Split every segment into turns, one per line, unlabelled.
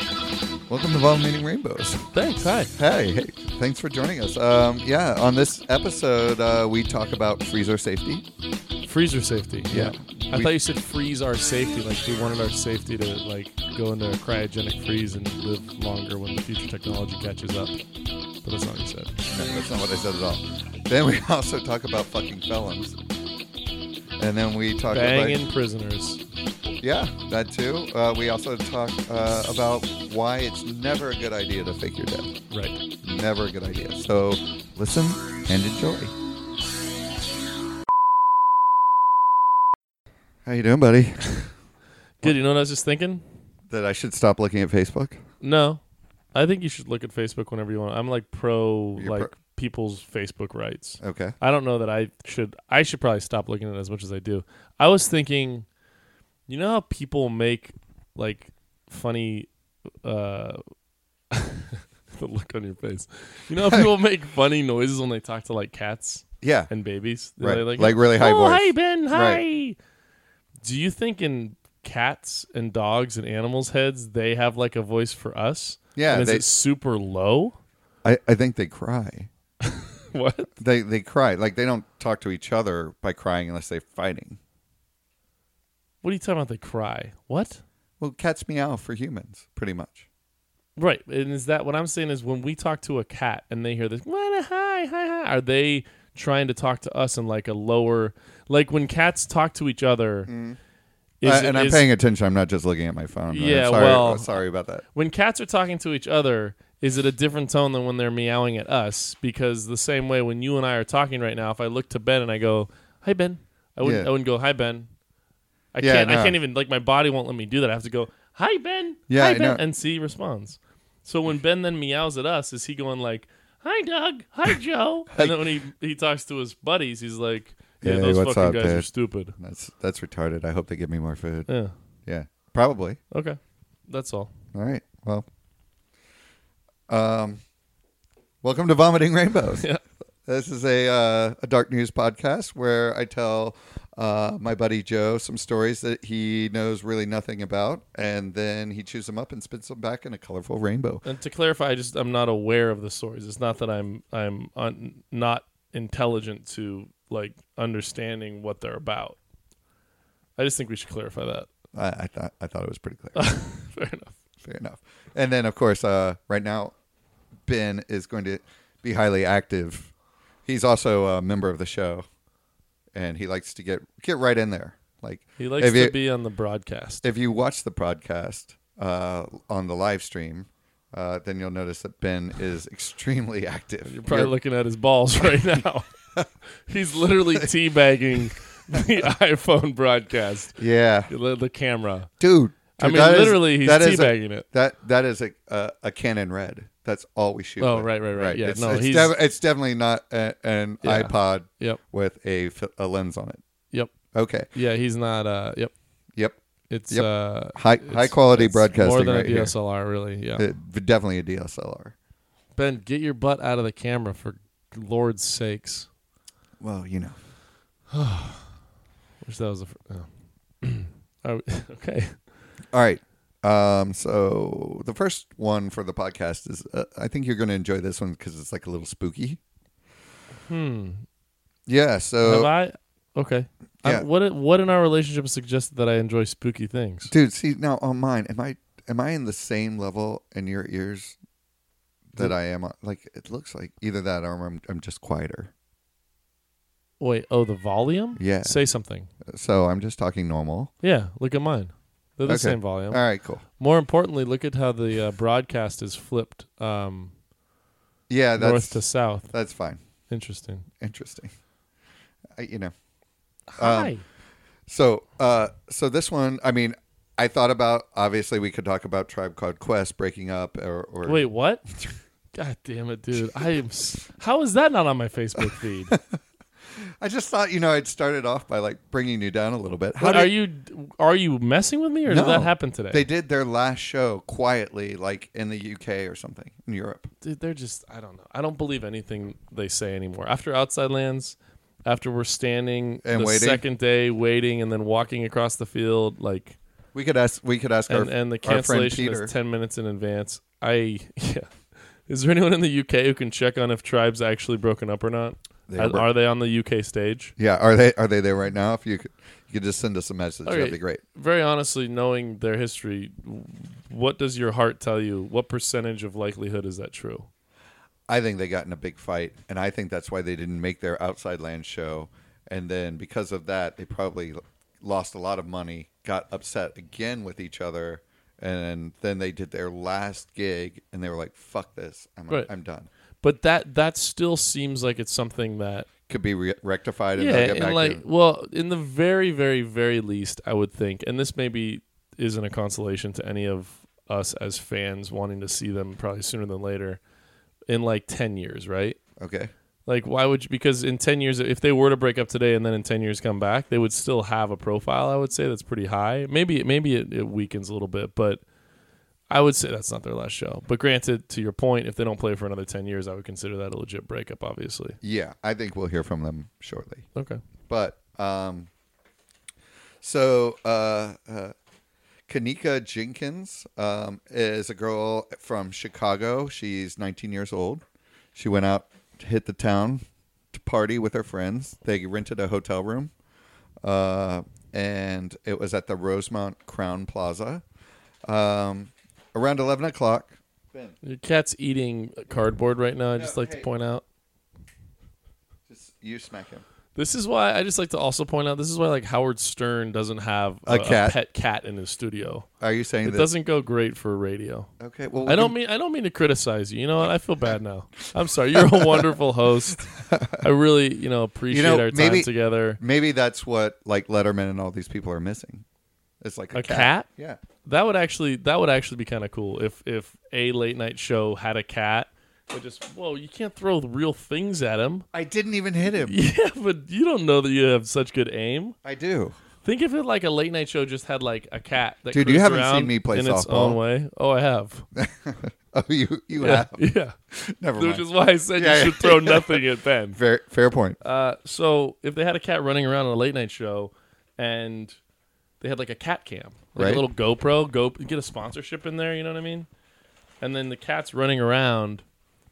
Welcome to Vomiting Rainbows.
Thanks. Hi.
Hey, hey, thanks for joining us. Um, yeah, on this episode, uh, we talk about freezer safety.
Freezer safety.
Yeah.
I
We-
thought you said freeze our safety. Like we wanted our safety to like go into a cryogenic freeze and live longer when the future technology catches up. But that's not what you said.
No, that's not what I said at all. Then we also talk about fucking felons. And then we talk
Banging prisoners.
about yeah that too. Uh, we also talk uh, about why it's never a good idea to fake your death.
Right.
Never a good idea. So listen and enjoy. How you doing, buddy?
Good. You know what I was just thinking?
That I should stop looking at Facebook.
No. I think you should look at Facebook whenever you want. I'm like pro
You're
like
pro-
people's Facebook rights.
Okay.
I don't know that I should. I should probably stop looking at it as much as I do. I was thinking, you know how people make like funny, uh, the look on your face. You know how people make funny noises when they talk to like cats
Yeah.
and babies. They're
Right.
Like,
Like, really high
oh,
voice.
hi Ben, hi.
Right.
Do you think in cats and dogs and animals' heads they have like a voice for us?
Yeah,
and is
they-
it super low?
I, I think they cry.
what?
They they cry. Like they don't talk to each other by crying unless they're fighting.
What are you talking about? They cry. What?
Well, cats meow for humans, pretty much.
Right, and is that what I'm saying? Is when we talk to a cat and they hear this, "Wanna hi, hi, hi," are they trying to talk to us in like a lower, like when cats talk to each other? Is,
I- Mm. Uh, and I'm
is-
paying attention. I'm not just looking at my phone.
Yeah,
Sorry,
well-
sorry about that.
When cats are talking to each other, is it a different tone than when they're meowing at us? Because the same way when you and I are talking right now, if I look to Ben and I go, "Hi, Ben," I wouldn't,
Yeah.
I wouldn't go, "Hi, Ben." I
Yeah,
can't.
no.
I can't even like my body won't let me do that. I have to go, "Hi, Ben."
Yeah,
Hi,
I
Ben,
know.
and see responds. So when Ben then meows at us, is he going like, "Hi, Doug. Hi, Joe," and then when he he talks to his buddies, he's like, "Yeah,
Hey,
those
what's
fucking
up,
guys are
dude?"
stupid."
That's that's retarded. I hope they give me more food.
Yeah.
Yeah, probably.
Okay. That's all.
All right. Well, um, welcome to Vomiting Rainbows.
Yeah.
This is a uh, a dark news podcast where I tell uh, my buddy Joe some stories that he knows really nothing about, and then he chews them up and spits them back in a colorful rainbow.
And to clarify, I just I'm not aware of the stories. It's not that I'm I'm un, not intelligent to like understanding what they're about. I just think we should clarify that.
I, I thought I thought it was pretty clear.
Fair enough.
Fair enough. And then, of course, uh, right now, Ben is going to be highly active. He's also a member of the show, and he likes to get get right in there. Like
He likes
if
to
you,
be on the broadcast.
If you watch the podcast uh, on the live stream, uh, then you'll notice that Ben is extremely active.
You're probably looking at his balls right now. He's literally teabagging the iPhone broadcast,
yeah,
the, the camera.
dude.
I
dude,
mean,
that is-
literally, he's
that is a-
teabagging it.
That that is a a, a Canon Red. That's all we shoot.
Oh,
with.
right, right, right. Yeah,
it's,
no,
it's,
he's-
defi- it's definitely not a, an
Yeah.
iPod
Yep.
with a, fi- a lens on it.
Yep.
Okay.
Yeah, he's not. Uh, yep.
Yep.
It's
Yep.
uh,
High
it's-
high quality
it's
broadcasting
More than
right
a
here.
DSLR, really. Yeah.
Uh, definitely a DSLR.
Ben, get your butt out of the camera for Lord's sakes.
Well, you know.
Wish that was a. Fr- oh. Are we- okay.
All right. Um, so the first one for the podcast is uh, I think you're going to enjoy this one because it's like a little spooky.
Hmm.
Yeah.
Have
So,
I? Okay. I-
Yeah.
what What in our relationship suggested that I enjoy spooky things?
dude, see now on mine, am I am I in the same level in your ears that I am? on- Like it looks like either that or I'm I'm just quieter.
Wait. Oh, the volume.
Yeah.
Say something.
So I'm just talking normal.
Yeah. Look at mine. They're the
Okay.
same volume.
All right. Cool.
More importantly, look at how the uh, broadcast is flipped um,
Yeah. That's
north to south.
that's fine.
Interesting.
Interesting. I, you know. Um,
Hi.
So, uh, so this one, I mean, I thought about obviously we could talk about Tribe Called Quest breaking up or, or
Wait. What? God damn it, dude! I am. s- How is that not on my Facebook feed?
I just thought you know I'd started off by like bringing you down a little bit.
What,
did-
are you are you messing with me or
No.
did that happen today?
They did their last show quietly, like in the UK or something in Europe.
Dude, they're just I don't know. I don't believe anything they say anymore. After Outside Lands, after we're standing
And
the
waiting.
second day waiting and then walking across the field like
We could ask. We could ask
and,
our
and the
our friend
cancellation
Peter.
is 10 minutes in advance. I yeah. Is there anyone in the UK who can check on if Tribe's actually broken up or not?
They
are,
were-
are they on the UK stage?
Yeah, are they are they there right now? If you could, you could just send us a message,
Okay.
that'd be great.
Very honestly, knowing their history, w- what does your heart tell you? What percentage of likelihood is that true?
I think they got in a big fight, and I think that's why they didn't make their outside land show. And then because of that, they probably lost a lot of money, got upset again with each other, and then they did their last gig, and they were like, "Fuck this, I'm
Right.
I'm done."
But that that still seems like it's something that
Could be re- rectified, and
yeah,
they'll get
and
back
like
to.
well, in the very very very least, I would think, and this maybe isn't a consolation to any of us as fans wanting to see them probably sooner than later, in like ten years, right?
Okay,
Like, why would you? Because in 10 years, if they were to break up today and then in 10 years come back, they would still have a profile, I would say, that's pretty high. Maybe, maybe it, it weakens a little bit, but I would say that's not their last show. But granted, to your point, if they don't play for another 10 years, I would consider that a legit breakup, obviously.
yeah, I think we'll hear from them shortly.
Okay.
But um, so uh, uh, Kanika Jenkins um, is a girl from Chicago. She's 19 years old. She went out to hit the town to party with her friends. They rented a hotel room, uh, and it was at the Rosemont Crown Plaza. Um, around 11 o'clock. Ben,
Your cat's eating cardboard right now. I just
No,
like
hey.
to point out.
just you smack him.
This is why I just like to also point out this is why like Howard Stern doesn't have
A cat.
pet cat in his studio.
Are you saying
It
that?
doesn't go great for radio.
okay. Well,
I don't mean I don't mean to criticize you. You know what? I feel bad now. I'm sorry. You're a wonderful host. I really, you know, appreciate
know,
our time
maybe-
together.
Maybe that's what like Letterman and all these people are missing. It's like a,
A cat?
Yeah.
That would actually that would actually be kind of cool if if a late night show had a cat. But just whoa, you can't throw real things at him.
I didn't even hit him.
Yeah, but you don't know that you have such good aim.
I do.
Think if it like a late night show just had like a cat. That
Dude, you
cruised
haven't seen
around
me play
in its
softball.
own way. Oh, I have.
Oh, you you
Yeah,
have.
yeah.
Never mind.
Which is why I said
Yeah, yeah.
you should throw nothing at Ben.
fair fair point.
Uh, so if they had a cat running around on a late night show, and they had like a cat cam, like
Right.
a little GoPro, go get a sponsorship in there. You know what I mean? And then the cat's running around,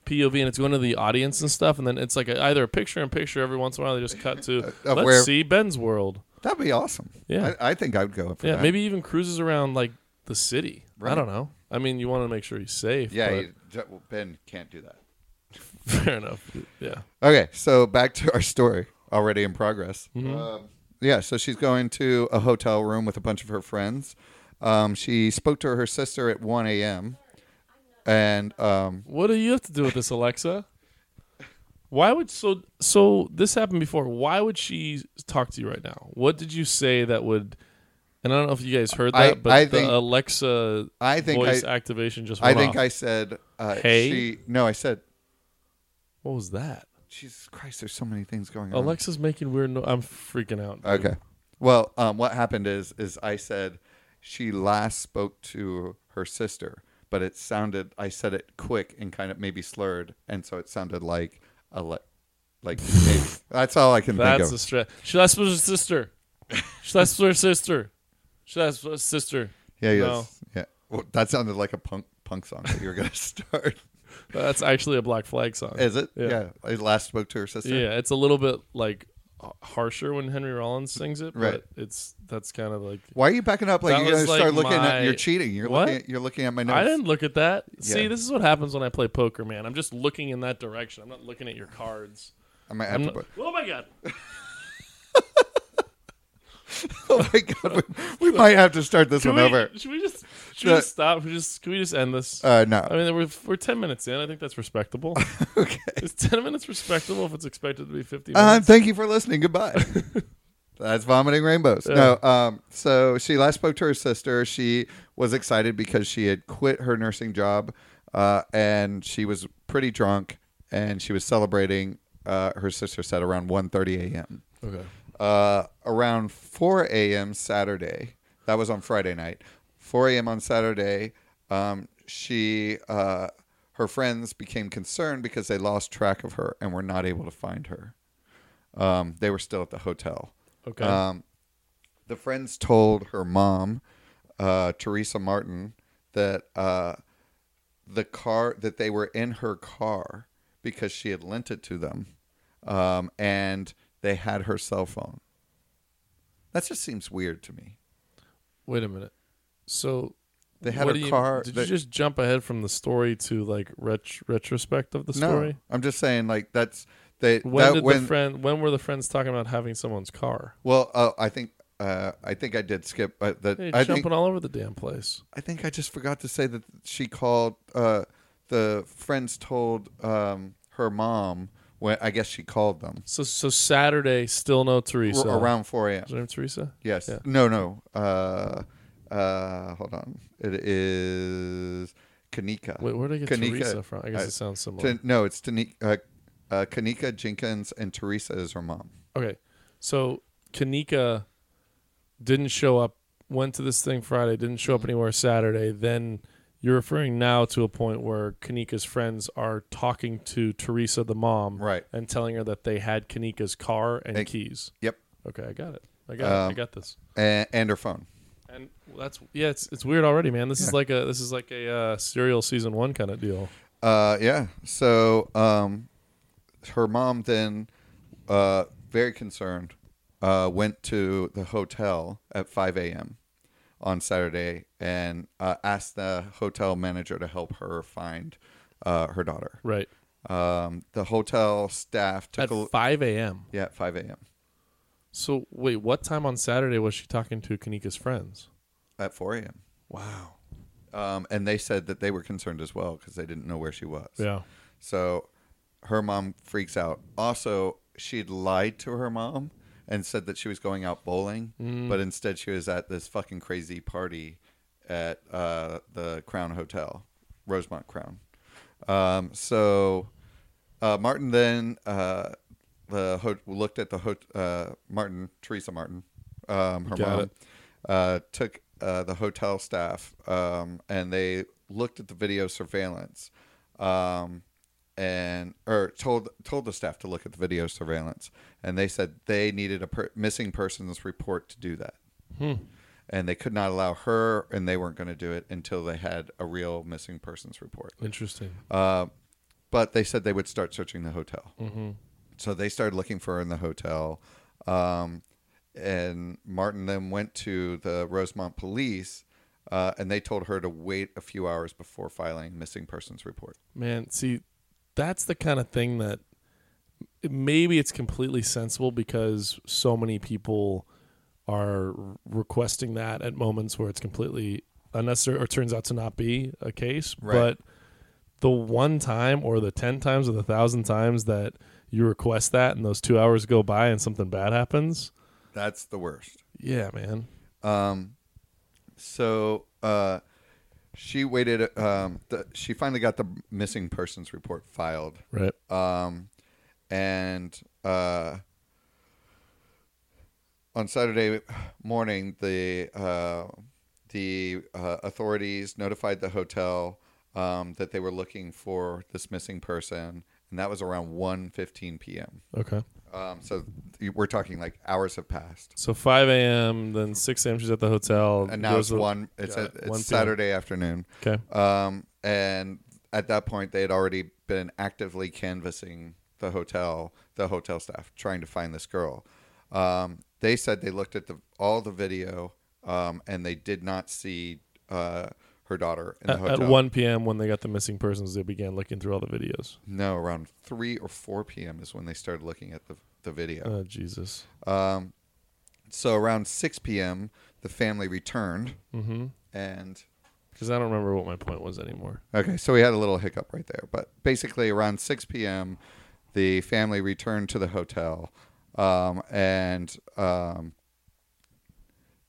POV, and it's going to the audience and stuff. And then it's like a, either a picture in picture every once in a while. They just cut to
Of
let's
where-
see Ben's world.
That'd be awesome.
Yeah.
I, I think I would go for
Yeah,
that.
maybe even cruises around like the city.
Right.
I don't know. I mean, you want to make sure he's safe.
Yeah,
but
you- j- well, Ben can't do that.
fair enough. Yeah,
Okay, so back to our story already in progress.
Mm-hmm.
Um, yeah, so she's going to a hotel room with a bunch of her friends. Um, she spoke to her sister at 1 a.m. and um,
What do you have to do with this, Alexa? Why would so so this happened before? Why would she talk to you right now? What did you say that would? And I don't know if you guys heard
I-
that, but
I
the
think-
Alexa
I think
voice
I-
activation just.
I
Went
think
off.
I said uh,
Hey?
she. No, I said
What was that?
Jesus Christ. There's so many things going on.
Alexa's making weird. No- I'm freaking out. dude.
Okay. Well, um, what happened is is I said she last spoke to her sister, but it sounded I said it quick and kind of maybe slurred, and so it sounded like a le- like maybe. that's all I can
that's
think
a
of.
stretch. She last was her sister. She last was her sister. She last was her sister.
yeah, yes,
no.
yeah. Well, that sounded like a punk punk song that you were gonna start.
That's actually a Black Flag song.
Is it?
Yeah.
I last spoke to her sister.
Yeah, it's a little bit like h- harsher when Henry Rollins sings it,
Right.
but it's that's kind of like
Why are you backing up? Like
That
you're gonna
was, like,
start looking
my-
at you're cheating. You're
What?
looking at, you're looking at my notes.
I didn't look at that. See,
Yeah.
this is what happens when I play poker, man. I'm just looking in that direction. I'm not looking at your cards.
I might have
I'm
to
not-
put-
oh my god.
Oh my god, we, we might have to start this
Can
one
we,
over.
Should we just should
The-
we just stop? We just can we just end this?
Uh, no.
I mean, we're we're ten minutes in. I think that's respectable.
okay.
is ten minutes respectable if it's expected to be fifty
Uh,
minutes?
thank you for listening. Goodbye. That's vomiting rainbows. No, um, so she last spoke to her sister. She was excited because she had quit her nursing job, uh, and she was pretty drunk, and she was celebrating. Uh, her sister said around 1.30 a.m.
okay.
Uh, around 4 a.m. Saturday. That was on Friday night. 4 a.m. on Saturday. Um, she, uh, her friends became concerned because they lost track of her and were not able to find her. Um, they were still at the hotel.
Okay.
Um, the friends told her mom, uh, Teresa Martin, that uh, the car that they were in her car because she had lent it to them, um, and they had her cell phone. That just seems weird to me.
Wait a minute. So
They had
what
a
do you-
car
Did
that-
you just jump ahead from the story to like ret- retrospect of the
No,
story?
I'm just saying like that's they
When
that
did
when
the friend? When were the friends talking about having someone's car?
well uh, I think uh, I think I did skip uh, that
They're
I
jumping
think
all over the damn place.
I think I just forgot to say that she called. Uh, the friends told um, her mom. When I guess she called them
So so Saturday, still no Teresa.
R- around 4 a.m.
Is her name Teresa?
Yes.
Yeah.
No. No. Uh, uh, hold on. It is Kanika.
Wait, where did I get
Kanika-
Teresa from? I guess
I-
it sounds similar.
T- no, it's Tanika, uh, uh, Kanika Jenkins and Teresa is her mom.
okay, so Kanika didn't show up. Went to this thing Friday. Didn't show
Mm-hmm.
up anywhere Saturday. Then you're referring now to a point where Kanika's friends are talking to Teresa, the mom,
Right.
and telling her that they had Kanika's car and
Hey.
keys.
Yep.
Okay, I got it. I got it. I
Um,
got this.
And, and her phone.
And that's yeah, it's it's weird already, man. This is like a this is like a uh, serial season one kind of deal.
Uh, yeah. So um, her mom then, uh, very concerned, uh, went to the hotel at 5 a.m. on Saturday and uh, asked the hotel manager to help her find uh, her daughter.
Right.
Um, the hotel staff took
At
a l-
five a.m.
yeah at 5 a.m.
So wait, what time on Saturday was she talking to Kanika's friends?
at 4 a.m.
Wow.
Um, and they said that they were concerned as well because they didn't know where she was.
Yeah.
So her mom freaks out. Also, she'd lied to her mom and said that she was going out bowling, but instead she was at this fucking crazy party at uh, the Crown Hotel, Rosemont Crown. Um, so uh, Martin then uh, the ho- looked at the ho- uh, Martin Teresa Martin, um, her
Got
mom,
it.
uh, took uh, the hotel staff um, and they looked at the video surveillance um, and or told told the staff to look at the video surveillance and they said they needed a per- missing persons report to do that
Hmm.
and they could not allow her and they weren't going to do it until they had a real missing persons report
Interesting.
uh, but they said they would start searching the hotel. So they started looking for her in the hotel. Um, and Martin then went to the Rosemont police uh, and they told her to wait a few hours before filing a missing persons report.
Man, see, that's the kind of thing that maybe it's completely sensible because so many people are requesting that at moments where it's completely unnecessary or turns out to not be a case.
Right.
But the one time or the 10 times or the thousand times that you request that and those two hours go by and something bad happens,
That's the worst.
yeah, man.
Um, so uh, she waited. Um, the, she finally got the missing persons report filed.
Right.
Um, and uh, on Saturday morning, the uh, the uh, authorities notified the hotel um, that they were looking for this missing person, and that was around 1.15 p.m.
Okay.
Um, so you- we're talking like hours have passed,
So 5 a.m., then 6 a.m. she's at the hotel.
and now
Goes
it's
to-
one. It's
Got
a,
it. 1 p.m.
it's Saturday afternoon.
Okay.
Um, and at that point, they had already been actively canvassing the hotel, the hotel staff, trying to find this girl. Um, they said they looked at the, all the video um, and they did not see uh, her daughter in the
At, at
hotel.
1 p.m., when they got the missing persons, they began looking through all the videos.
No, around 3 or 4 p.m. is when they started looking at the, the video.
Oh, Jesus.
Um, so around 6 p.m., the family returned
Mm-hmm.
and
Because I don't remember what my point was anymore.
Okay, so we had a little hiccup right there, but basically around 6 p.m., the family returned to the hotel, um, and um,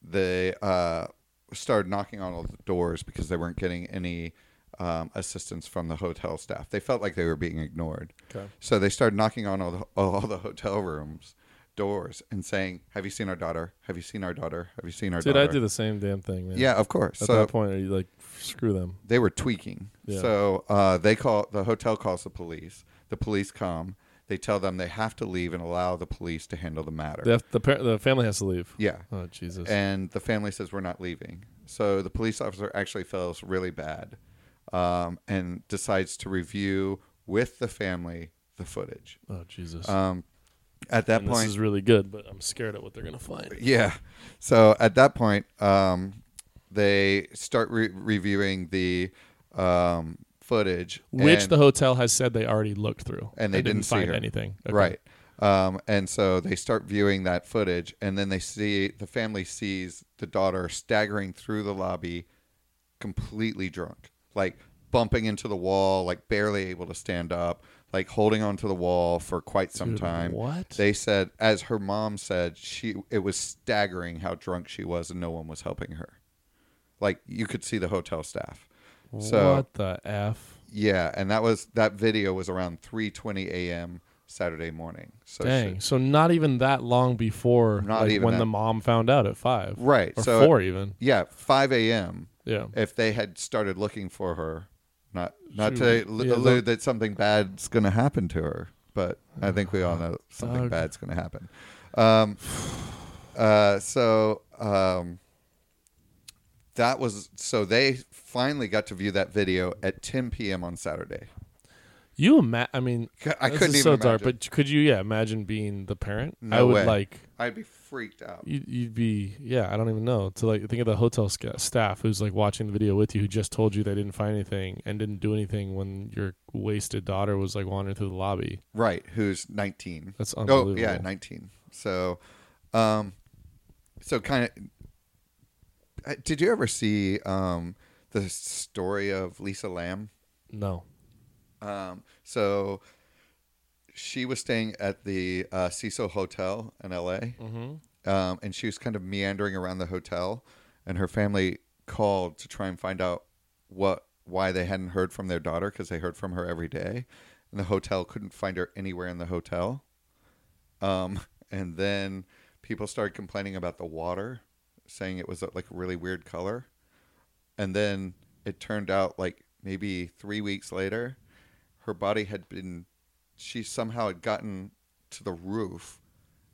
they uh, started knocking on all the doors because they weren't getting any um, assistance from the hotel staff. They felt like they were being ignored,
Okay.
so they started knocking on all the, all the hotel rooms doors and saying, "Have you seen our daughter? Have you seen our daughter? Have you seen our
Dude,
daughter?"
I do the same damn thing, man.
Yeah, of course.
At
so
that point, are you like, screw them.
they were tweaking.
Yeah.
So uh, they call the hotel calls the police. The police come. They tell them they have to leave and allow the police to handle the matter.
The, the, par- the family has to leave.
yeah.
Oh, Jesus.
And the family says we're not leaving. So the police officer actually feels really bad um, and decides to review with the family the footage.
Oh Jesus!
Um, at that
And
point,
this is really good, but I'm scared at what they're gonna find.
yeah. So at that point, um, they start re- reviewing the um, footage,
Which
and-
the hotel has said they already looked through,
And they didn't see
find
her.
anything. Okay.
right. Um, and so they start viewing that footage, and then they see the family sees the daughter staggering through the lobby, completely drunk, like bumping into the wall, like barely able to stand up, like holding onto the wall for quite some
Dude,
time.
What?
They said, as her mom said, she it was staggering how drunk she was, and no one was helping her. Like you could see the hotel staff. so-
what the f?
Yeah, and that was that video was around 3:20 a.m. Saturday morning. So
Dang.
she-
So not even that long before,
Not
like,
even
when
that-
the mom found out at five,
right.
or
so Eh.
four even.
yeah, 5 a.m.
Yeah.
If they had started looking for her, not not
She
to
would-
l-
yeah,
allude that something bad's going to happen to her, but I think we all
Uh,
know something
Dog.
bad's going to happen. Um, uh, so um, that was so they finally got to view that video at 10 p.m. on Saturday.
You imagine? I mean,
C- I
this
couldn't
is
even
so
imagine.
dark. But could you? Yeah, imagine being the parent.
No
I would
way.
like.
I'd be freaked out.
You'd, you'd be. Yeah, I don't even know. To like think of the hotel sca- staff who's like watching the video with you, who just told you they didn't find anything and didn't do anything when your wasted daughter was like wandering through the lobby.
Right, who's 19.
That's
Oh,
unbelievable.
yeah, 19. So um so kind of did you ever see um the story of Lisa Lamb?
No.
Um so she was staying at the uh, Cecil Hotel in LA
Mm-hmm.
um, and she was kind of meandering around the hotel and her family called to try and find out what why they hadn't heard from their daughter because they heard from her every day and the hotel couldn't find her anywhere in the hotel um, and then people started complaining about the water saying it was uh, like a really weird color and then it turned out like maybe three weeks later her body had been she somehow had gotten to the roof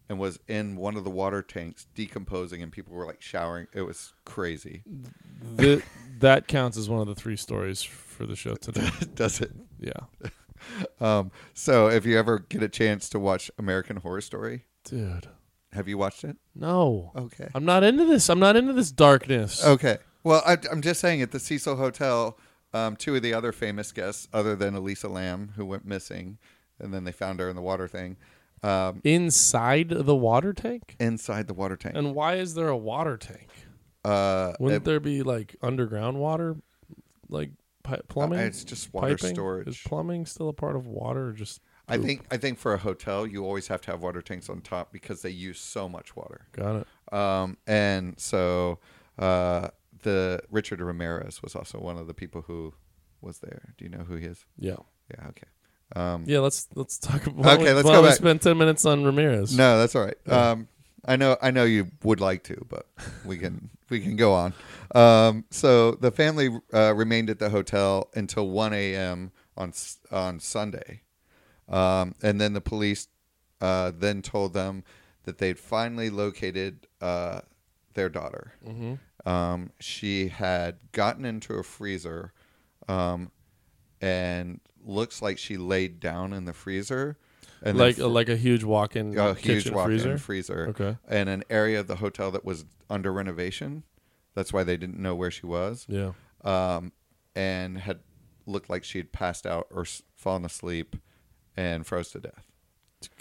and was in one of the water tanks decomposing and people were like showering it was crazy
Th that counts as one of the three stories for the show today.
does it
Yeah.
um, so if you ever get a chance to watch american horror story
Dude.
have you watched it
No.
okay
I'm not into this. I'm not into this darkness.
okay well I, i'm just saying at the cecil hotel um, two of the other famous guests other than elisa lamb who went missing and then they found her in the water thing um,
Inside the water tank?
inside the water tank
And why is there a water tank?
uh,
Wouldn't
it-
there be like underground water like pi- plumbing?
it's just water
Piping? Is
storage
plumbing still a part of water or just
I
poop?
think I think for a hotel you always have to have water tanks on top because they use so much water.
Got it.
Um, and so uh, the Richard Ramirez was also one of the people who was there. Do you know who he is?
Yeah.
Yeah, okay. Um,
Yeah, let's let's talk about
Okay, let's
why
go
don't we
back.
spend 10 minutes on Ramirez.
No, that's all right.
Yeah.
Um, I know I know you would like to, but we can we can go on. Um, so the family uh, remained at the hotel until 1 a.m. on S- on Sunday, um, and then the police uh, then told them that they'd finally located uh, their daughter.
Mm-hmm.
Um, she had gotten into a freezer um, and looks like she laid down in the freezer. And then
Like
fr-
like a huge walk-in
a huge
kitchen
walk-in
freezer.
freezer,
Okay.
and an area of the hotel that was under renovation. That's why they didn't know where she was,
Yeah.
um, and had looked like she had passed out or s- fallen asleep and froze to death.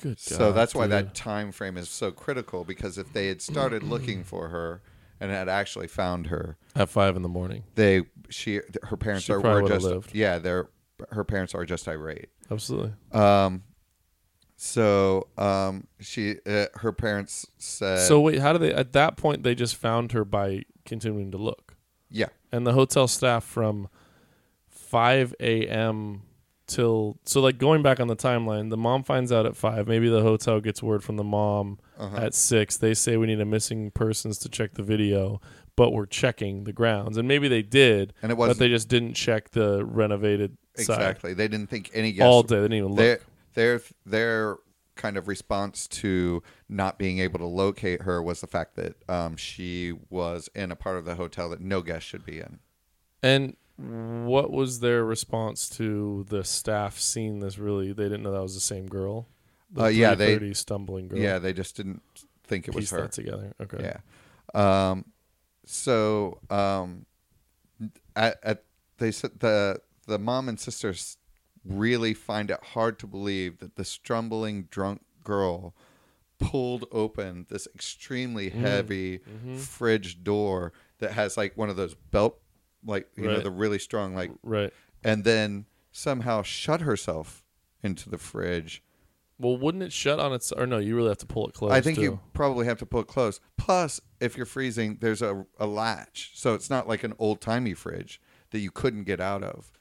Good
so
God,
that's why
dude.
that time frame is so critical because if they had started looking for her and had actually found her,
at five in the morning.
they she her parents
She
are
probably
were
would've
just
lived.
yeah they're her parents are just irate.
Absolutely.
Um, so um, she uh, her parents said
so wait, how do they? At that point, they just found her by continuing to look,
yeah
and the hotel staff from five a.m. till so like going back on the timeline, the mom finds out at five. Maybe the hotel gets word from the mom
uh-huh.
at six. They say we need a missing persons to check the video, but we're checking the grounds, and maybe they did,
and it
but
wasn't
they just didn't check the renovated side
exactly they didn't think any guests
all day. They didn't even
their
look.
their their kind of response to not being able to locate her was the fact that um, she was in a part of the hotel that no guest should be in
And what was their response to the staff seeing this? Really, they didn't know that was the same girl. The
Uh, yeah, they-
3:30 stumbling girl.
Yeah, they just didn't think it
piece
was her.
that together. Okay.
Yeah. Um, so um, at, at they said the the mom and sisters really find it hard to believe that the stumbling drunk girl pulled open this extremely
Mm-hmm.
heavy fridge door that has like one of those belt like you know
Right.
the really strong like
Right.
and then somehow shut herself into the fridge
Well, wouldn't it shut on its? Or no, you really have to pull it close.
I think
too.
you probably have to pull it close. Plus, if you're freezing, there's a, a latch, so it's not like an old timey fridge that you couldn't get out of.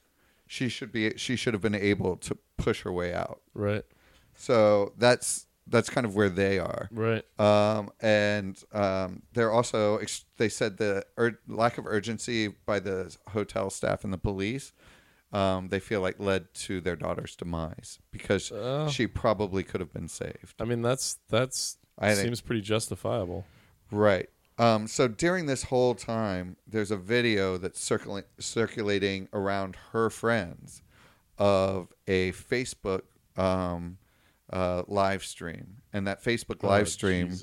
She should be. She should have been able to push her way out.
Right.
So that's that's kind of where they are.
Right.
Um, and um, they're also ex- they said the ur- lack of urgency by the hotel staff and the police. Um, they feel like led to their daughter's demise because
Oh.
she probably could have been saved.
I mean, that's that's
I think-
seems pretty justifiable.
Right. Um, so during this whole time, there's a video that's circling, circulating around her friends of a Facebook um, uh, live stream. And that Facebook
Oh,
live stream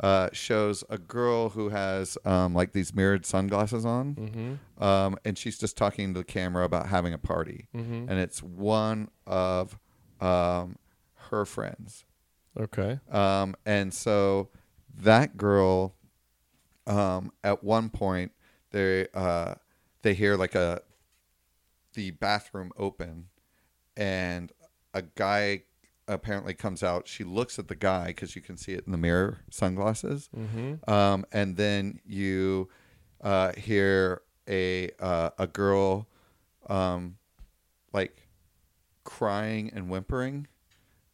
uh, shows a girl who has um, like these mirrored sunglasses on.
Mm-hmm.
Um, and she's just talking to the camera about having a party.
Mm-hmm.
And it's one of um, her friends.
Okay.
Um, and so that girl, um, at one point, they uh, they hear like a the bathroom open, and a guy apparently comes out. She looks at the guy because you can see it in the mirror, sunglasses.
Mm-hmm.
Um, and then you uh, hear a uh, a girl, um, like crying and whimpering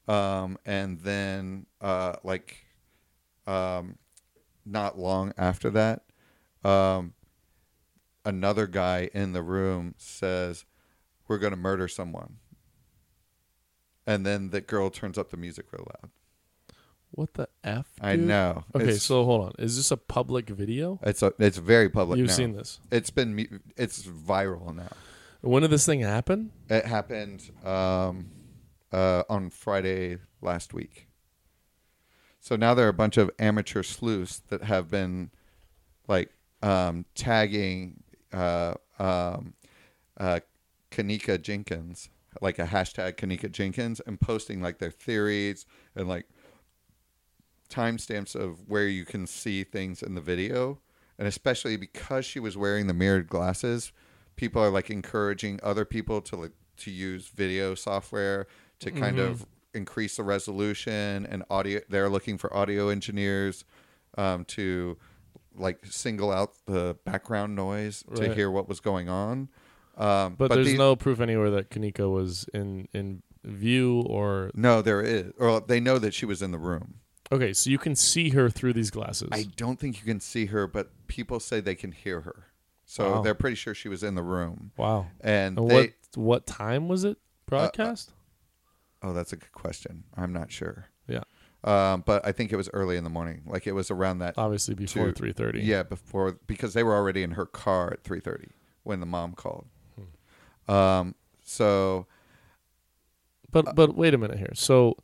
um, and then uh, like um, not long after that um, another guy in the room says we're going to murder someone and then the girl turns up the music real loud
What the f?
i
dude?
know
Okay,
it's,
so hold on. Is this a public video?
it's a, it's very public
You've
now.
seen this.
it's been mu- it's viral now
When did this thing happen?
it happened um, uh, on Friday last week. So now there are a bunch of amateur sleuths that have been like um, tagging uh, um, uh, Kanika Jenkins, like a hashtag Kanika Jenkins, and posting like their theories and like timestamps of where you can see things in the video. And especially because she was wearing the mirrored glasses, people are like encouraging other people to like, to use video software to kind of increase the resolution and audio. They're looking for audio engineers um, to like single out the background noise to
Right.
hear what was going on. Um,
But, there's
the-
no proof anywhere that Kaneko was in in view or
no, there is. Or they know that she was in the room.
Okay, so you can see her through these glasses.
I don't think you can see her, but people say they can hear her. So
Wow.
they're pretty sure she was in the room.
wow.
And,
And
they, Uh,
what what time was it broadcast?
oh, that's a good question. I'm not sure.
yeah.
Um, but I think it was early in the morning. Like it was around that.
Obviously before
two-
3:30.
Yeah, before because they were already in her car at 3:30 when the mom called.
Hmm.
Um, so Uh,
But but wait a minute here. So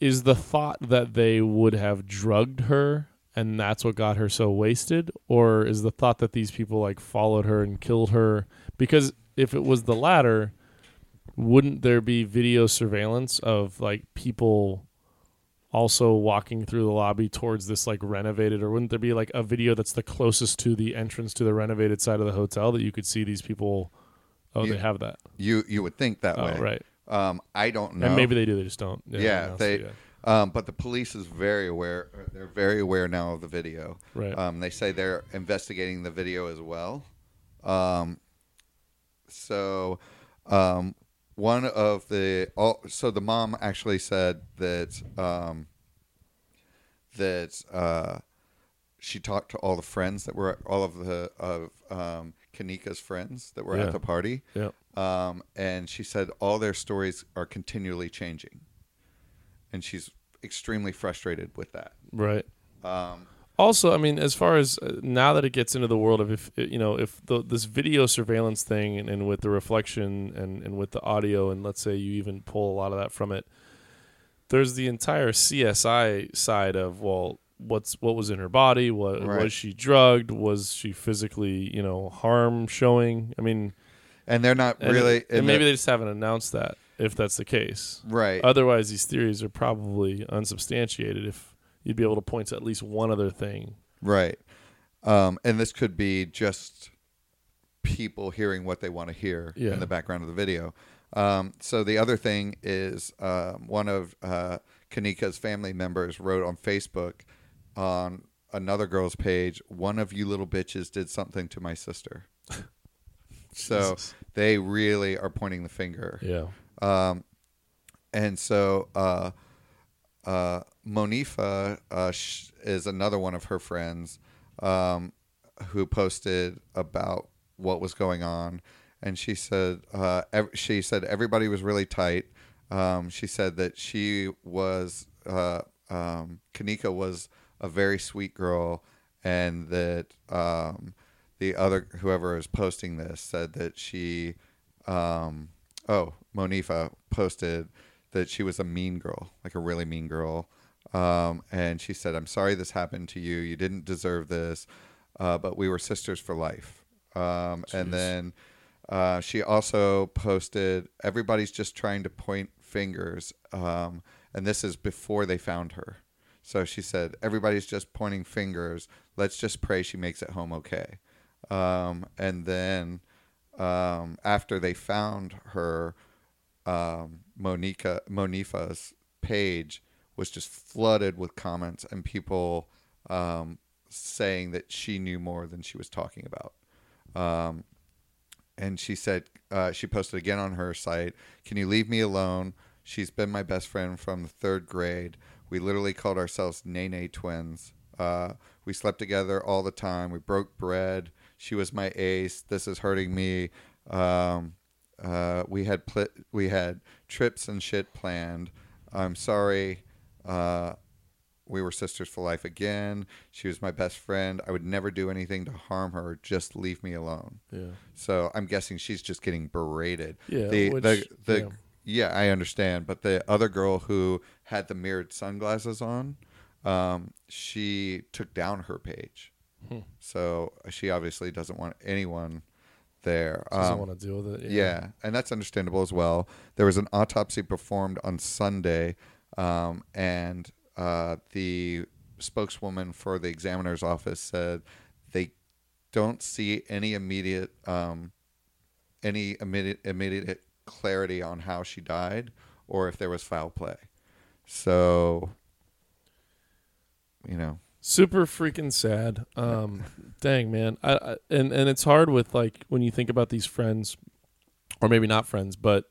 is the thought that they would have drugged her and that's what got her so wasted or is the thought that these people like followed her and killed her because if it was the latter wouldn't there be video surveillance of like people also walking through the lobby towards this like renovated or wouldn't there be like a video that's the closest to the entrance to the renovated side of the hotel that you could see these people oh
Yeah.
they have that
you you would think that
oh
way.
right
Um, I don't know.
and maybe they do. They just don't.
yeah,
don't
they.
see it.
Um, but the police is very aware. They're very aware now of the video.
Right.
Um, they say they're investigating the video as well. Um, so, um, one of the all, so the mom actually said that um, that uh, she talked to all the friends that were all of the of um, Kanika's friends that were
Yeah.
at the party
yeah.
um, and she said all their stories are continually changing, and she's extremely frustrated with that.
Right.
Um,
also, I mean, as far as uh, now that it gets into the world of if you know if the, this video surveillance thing and, and with the reflection and and with the audio and let's say you even pull a lot of that from it, there's the entire CSI side of well, what's what was in her body? What
Right.
was she drugged? Was she physically you know harm showing? I mean,
and they're not
and-
really.
and
in
maybe
the-
they just haven't announced that if that's the case.
right.
Otherwise, these theories are probably unsubstantiated. If you'd be able to point to at least one other thing
Right. Um, and this could be just people hearing what they want to hear
Yeah.
in the background of the video. Um, so the other thing is um, one of uh, Kanika's family members wrote on Facebook on another girl's page, one of you little bitches did something to my sister. so
Jesus.
they really are pointing the finger.
yeah,
And so uh, uh, Monifa uh, sh- is another one of her friends um, who posted about what was going on. And she said, uh, ev- she said everybody was really tight. Um, she said that she was, uh, um, Kanika was a very sweet girl, and that um, the other, whoever is posting this, said that she, um, oh, Monifa posted that she was a mean girl, like a really mean girl. Um, and she said, I'm sorry this happened to you. You didn't deserve this, uh, but we were sisters for life. Um, and then uh, she also posted, Everybody's just trying to point fingers. Um, and this is before they found her. So she said, Everybody's just pointing fingers. Let's just pray she makes it home okay. Um, and then um, after they found her, um, Monica Monifa's page was just flooded with comments and people um, saying that she knew more than she was talking about. Um, and she said uh, she posted again on her site can you leave me alone she's been my best friend from the third grade we literally called ourselves nene twins uh, we slept together all the time we broke bread she was my ace this is hurting me um, uh, we had pl- we had trips and shit planned i'm sorry uh, we were sisters for life again she was my best friend i would never do anything to harm her just leave me alone
yeah,
so I'm guessing she's just getting berated.
Yeah,
The
which-
the, the
yeah.
yeah. I understand. But the other girl who had the mirrored sunglasses on, um, she took down her page.
Hmm.
So she obviously doesn't want anyone there.
doesn't
Um,
want to deal with it.
yeah. and that's understandable as well. There was an autopsy performed on Sunday, um, and uh, the spokeswoman for the examiner's office said they don't see any immediate um, any immediate immediate clarity on how she died or if there was foul play. So, you know,
super freaking sad. Um, dang man, I, I and and it's hard with like when you think about these friends, or maybe not friends, but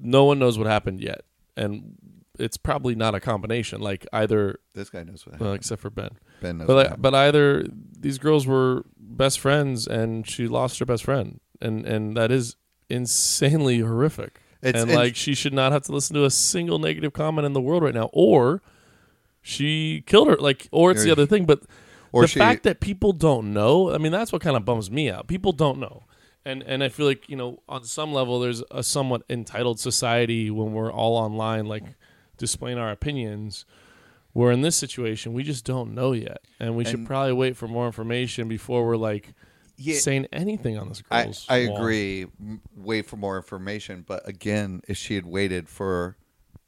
no one knows what happened yet, and it's probably not a combination. Like either,
this guy knows what happened.
well, except for Ben,
ben knows.
but
what
like,
happened.
but either these girls were best friends and she lost her best friend, and and that is insanely horrific.
It's-
and
it's-
like she should not have to listen to a single negative comment in the world right now, or she killed her. Like, or it's the
Or-
other thing. But
or
the
she-
fact that people don't know, I mean, that's what kind of bums me out. People don't know. And, and I feel like you know on some level there's a somewhat entitled society when we're all online like displaying our opinions we're in this situation we just don't know yet and we should
And-
probably wait for more information before we're like
Yeah.
saying anything on this
I,
girl's
I
wall.
agree. M- Wait for more information. But again, if she had waited for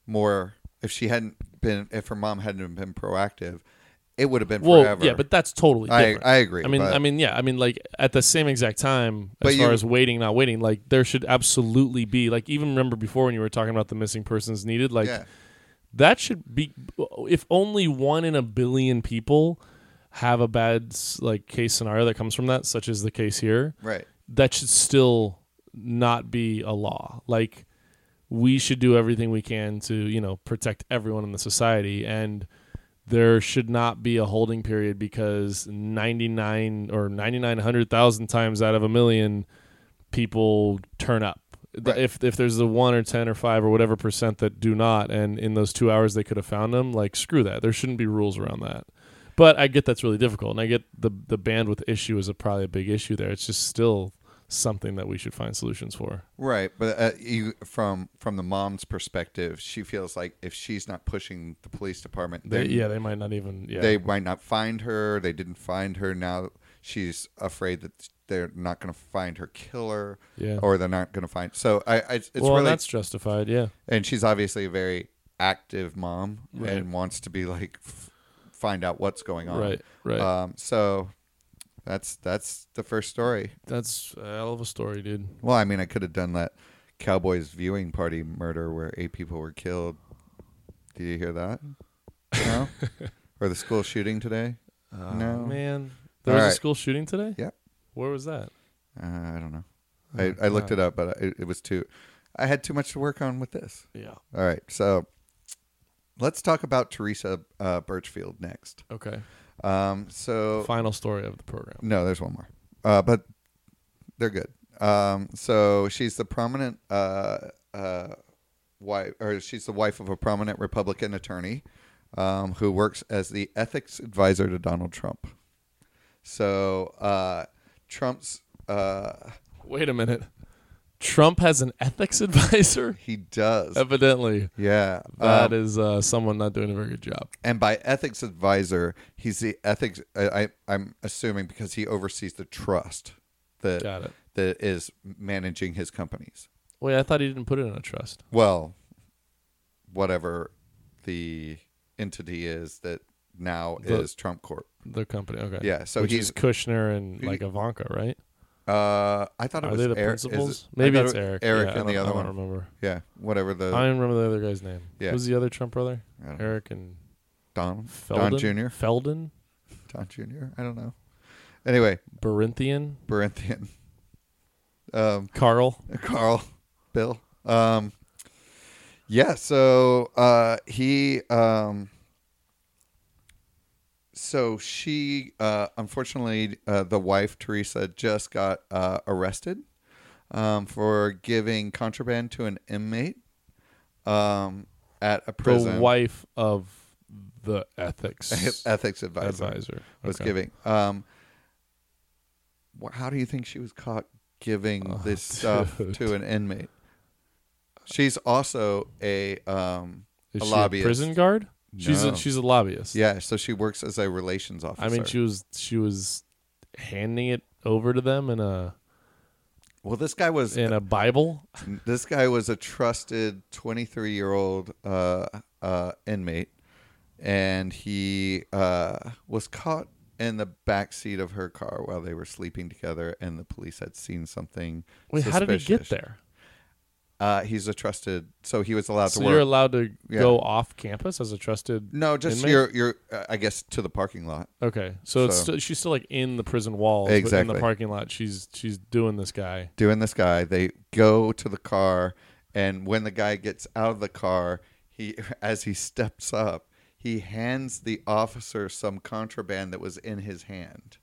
more, if she hadn't been, if her mom hadn't been proactive, it would have been
well
forever.
yeah but that's totally
I-
different
I agree,
i mean
but-
i mean yeah i mean like at the same exact time
But
as far
you-
as waiting not waiting like there should absolutely be like even remember before when you were talking about the missing persons needed like
yeah,
that should be if only one in a billion people have a bad like case scenario that comes from that such as the case here
right.
that should still not be a law like we should do everything we can to you know protect everyone in the society and there should not be a holding period because 99 or 9900,000 times out of a million people turn up The-
Right.
if if there's the 1 or 10 or 5 or whatever percent that do not and in those 2 hours they could have found them like screw that there shouldn't be rules around that But I get that's really difficult, and I get the the bandwidth issue is a, probably a big issue there. It's just still something that we should find solutions for.
Right, but uh, you, from from the mom's perspective, she feels like if she's not pushing the police department,
They,
then
yeah, they might not even. Yeah,
they might not find her. They didn't find her. Now she's afraid that they're not going to find her killer,
yeah.
or they're not going to find. So I, I it's
well, and
really
that's justified. Yeah,
and she's obviously a very active mom
Right.
and wants to be like f- find out what's going on.
right, right.
Um, so that's that's the first story.
that's a hell of a story, dude.
Well, I mean, I could have done that Cowboys viewing party murder where eight people were killed. Did you hear that? No. or the school shooting today?
Oh,
No.
man, there
All
was a
right.
school shooting today.
Yeah.
where was that?
Uh, I don't know.
Oh,
I, I looked it
God.
up, but it, it was too. I had too much to work on with this.
Yeah.
All right, so let's talk about Teresa uh, Birchfield next.
Okay.
Um, so
Final story of the program.
No, there's one more. Uh, but they're good. Um, so she's the prominent uh, uh, wife, or she's the wife of a prominent Republican attorney um, who works as the ethics advisor to Donald Trump. So uh, Trump's uh,
Wait a minute. Trump has an ethics advisor?
he does,
Evidently.
yeah. Um,
that is uh, someone not doing a very good job.
and by ethics advisor, he's the ethics. I, I, I'm assuming because he oversees the trust that
Got it.
that is managing his companies.
Wait, I thought he didn't put it in a trust.
well, whatever the entity is that now
The-
is Trump Corp.
The company. Okay.
Yeah, so
Which
he's.
is Kushner and
he-
like Ivanka, right?
Uh, I thought it
Are
was
they the
Eric. is it-
principals?
I
Maybe
thought
it's
it was
Eric.
Eric
Yeah, I
and the
don't-
other
I don't
one.
remember.
Yeah, whatever the
I don't remember the other guy's name.
Yeah.
Who's the other Trump brother?
I don't know.
Eric and
Don
Felden.
Jr.?
Felden.
Don Jr. I don't know. Anyway,
Barinthian.
Barinthian, um,
Carl.
Carl, Bill. Um, yeah. So uh, he. Um, so she, uh, unfortunately, uh, the wife Teresa just got uh, arrested um, for giving contraband to an inmate um, at a prison.
The wife of the ethics
ethics advisor,
advisor.
was
Okay.
giving. Um, wh- how do you think she was caught giving
Oh,
this stuff
dude.
to an inmate? She's also a um,
Is
a
she
lobbyist.
prison guard? She's
No.
a, she's a lobbyist.
yeah, so she works as a relations officer.
I mean, she was she was handing it over to them in a
well, this guy was
in a Bible.
this guy was a trusted 23 year old uh, uh, inmate, and he uh, was caught in the back seat of her car while they were sleeping together, and the police had seen something.
Wait, how did he get
suspicious.
there?
Uh, he's a trusted, so he was allowed
So
to work.
you're allowed to
Yeah.
go off campus as a trusted.
no, just
inmate?
you're you're uh, I guess to the parking lot.
Okay, so, it's
So-
still, she's still like in the prison walls, but in
Exactly.
the parking lot. She's she's doing this guy.
Doing this guy, they go to the car, and when the guy gets out of the car, he as he steps up, he hands the officer some contraband that was in his hand,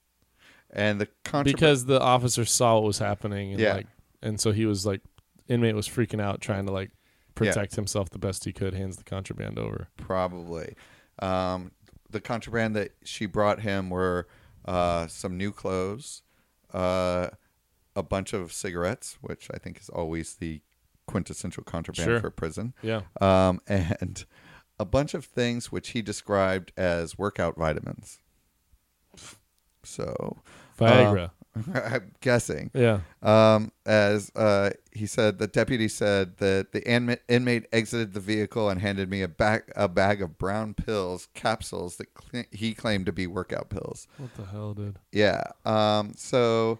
and the contraband.
because the officer saw what was happening and
Yeah.
like and so he was like inmate was freaking out trying to like protect himself the best he could hands the contraband over
probably. Um, the contraband that she brought him were uh, some new clothes, uh, a bunch of cigarettes, which I think is always the quintessential contraband
Sure.
for prison,
yeah
um, and a bunch of things which he described as workout vitamins. So Um,
viagra
I'm guessing.
yeah
Um, as uh, he said, the deputy said that the inma- inmate exited the vehicle and handed me a bag a bag of brown pills capsules that cl- he claimed to be workout pills.
what the hell dude
Yeah. Um, so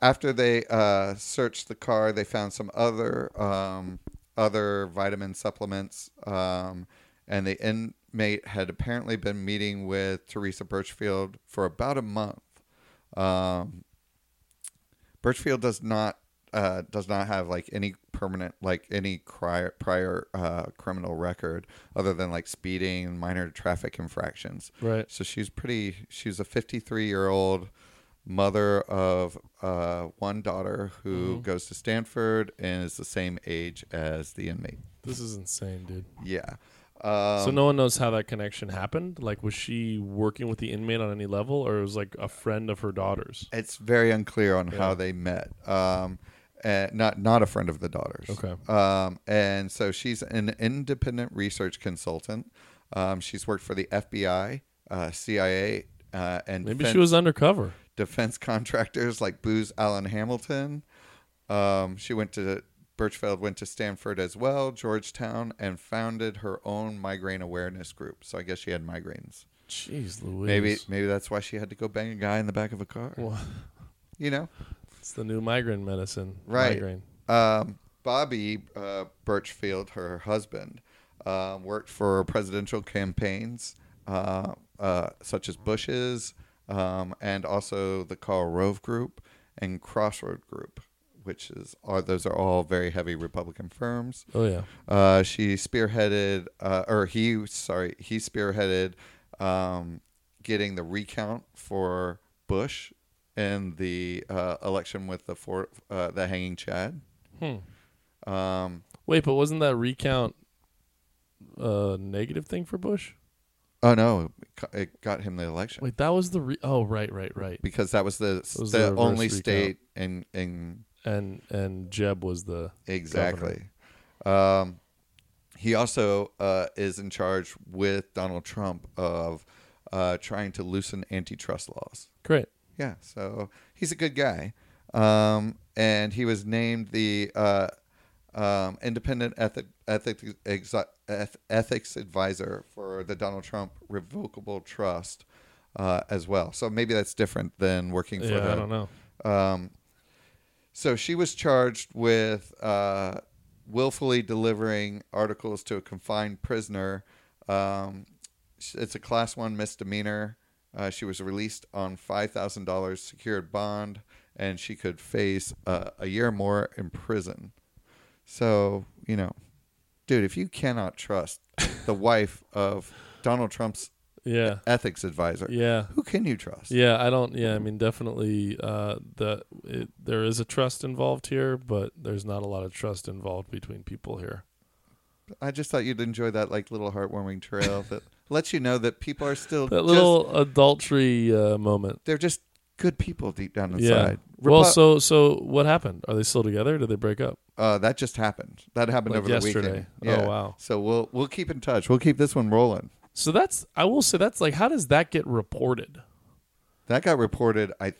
after they uh, searched the car, they found some other um, other vitamin supplements, um, and the inmate had apparently been meeting with Teresa Birchfield for about a month. Um, Birchfield does not uh, does not have like any permanent like any prior prior uh, criminal record other than like speeding and minor traffic infractions.
right
So she's pretty. She's a 53 year old mother of uh, one daughter who
Mhm.
goes to Stanford and is the same age as the inmate.
this is insane dude
Yeah. Um,
so no one knows how that connection happened. Like, was she working with the inmate on any level, or it was like a friend of her daughter's?
it's very unclear on
Yeah.
how they met. Um, and not not a friend of the daughter's.
Okay.
Um, and so she's an independent research consultant. Um, she's worked for the FBI, uh, CIA, uh, and
Maybe
defense,
she was undercover.
defense contractors like Booz Allen Hamilton. Um, she went to Birchfield, went to Stanford as well, Georgetown, and founded her own migraine awareness group. So I guess she had migraines.
Jeez, Louise.
Maybe maybe that's why she had to go bang a guy in the back of a car.
Well,
You know.
it's the new migraine medicine.
Right.
Migraine.
Um, Bobby uh, Birchfield, her husband, um, worked for presidential campaigns uh, uh, such as Bush's um, and also the Karl Rove Group and Crossroad Group, which is are those are all very heavy Republican firms.
Oh yeah.
Uh, she spearheaded, uh, or he, sorry, he spearheaded um, getting the recount for Bush in the uh, election with the for, uh, the hanging Chad.
Hmm.
Um,
Wait, but wasn't that recount a negative thing for Bush?
oh no, it co- it got him the election
Wait, that was the re- oh right, right, right.
because that was the
was the
the,
reverse
only
recount.
state in in
And and Jeb was the
exactly. Um, he also uh, is in charge with Donald Trump of uh, trying to loosen antitrust laws.
great.
Yeah, so he's a good guy. Um, and he was named the uh, um, independent ethic, ethics, exi- eth- ethics advisor for the Donald Trump Revocable Trust uh, as well. So maybe that's different than working for
Yeah, I
the
don't know.
um, so she was charged with uh, willfully delivering articles to a confined prisoner. Um, sh- it's a class one misdemeanor. Uh, she was released on five thousand dollars secured bond, and she could face uh, a year more in prison. So you know, dude, if you cannot trust the wife of Donald Trump's
Yeah,
ethics advisor,
yeah.
who can you trust?
Yeah, I don't. Yeah, I mean, definitely, uh, the it, there is a trust involved here, but there's not a lot of trust involved between people here.
I just thought you'd enjoy that like little heartwarming trail that lets you know that people are still
That
just,
little adultery uh, moment.
they're just good people deep down inside.
Yeah. well, so so what happened? Are they still together? Did they break up?
uh, that just happened. That happened
Like
over the
yesterday.
weekend. Yeah.
Oh wow.
So we'll we'll keep in touch. We'll keep this one rolling.
So that's I will say that's like how does that get reported?
That got reported. I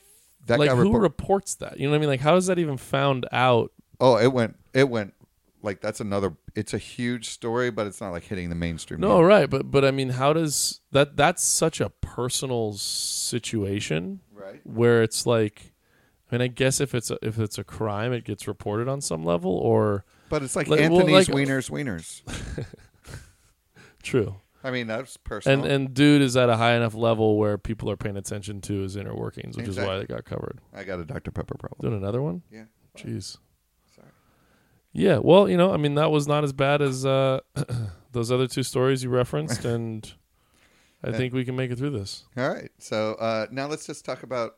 that
like
got
who
reported.
reports that? You know what I mean? Like how is that even found out?
oh, it went it went like that's another. It's a huge story, but it's not like hitting the mainstream.
No, right, but but I mean, how does that? That's such a personal situation.
right.
where it's like I mean, I guess if it's a, if it's a crime, it gets reported on some level. Or
But it's like,
Like, well,
Anthony's
like- uh,
wieners wieners.
true,
I mean that's personal.
and and dude is at a high enough level where people are paying attention to his inner workings, which is why
Exactly.
they got covered.
I got a Dr Pepper problem.
Doing another one,
Yeah.
jeez.
Sorry.
Yeah, well, you know, I mean, that was not as bad as uh, those other two stories you referenced, and I
Yeah.
think we can make it through this.
All right. So uh, now let's just talk about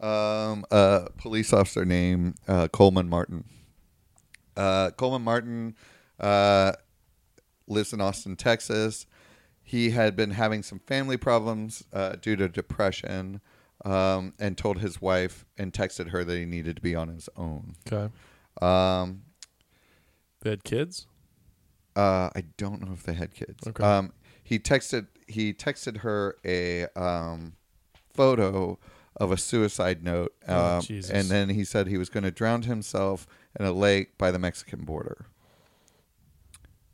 um, a police officer named uh, Coleman Martin. Uh, Coleman Martin uh, lives in Austin, Texas. He had been having some family problems uh, due to depression um, and told his wife and texted her that he needed to be on his own.
Okay,
Um,
they had kids.
uh, I don't know if they had kids.
Okay.
Um, he texted he texted her a um, photo of a suicide note, um,
Oh, Jesus.
and then he said he was going to drown himself in a lake by the Mexican border.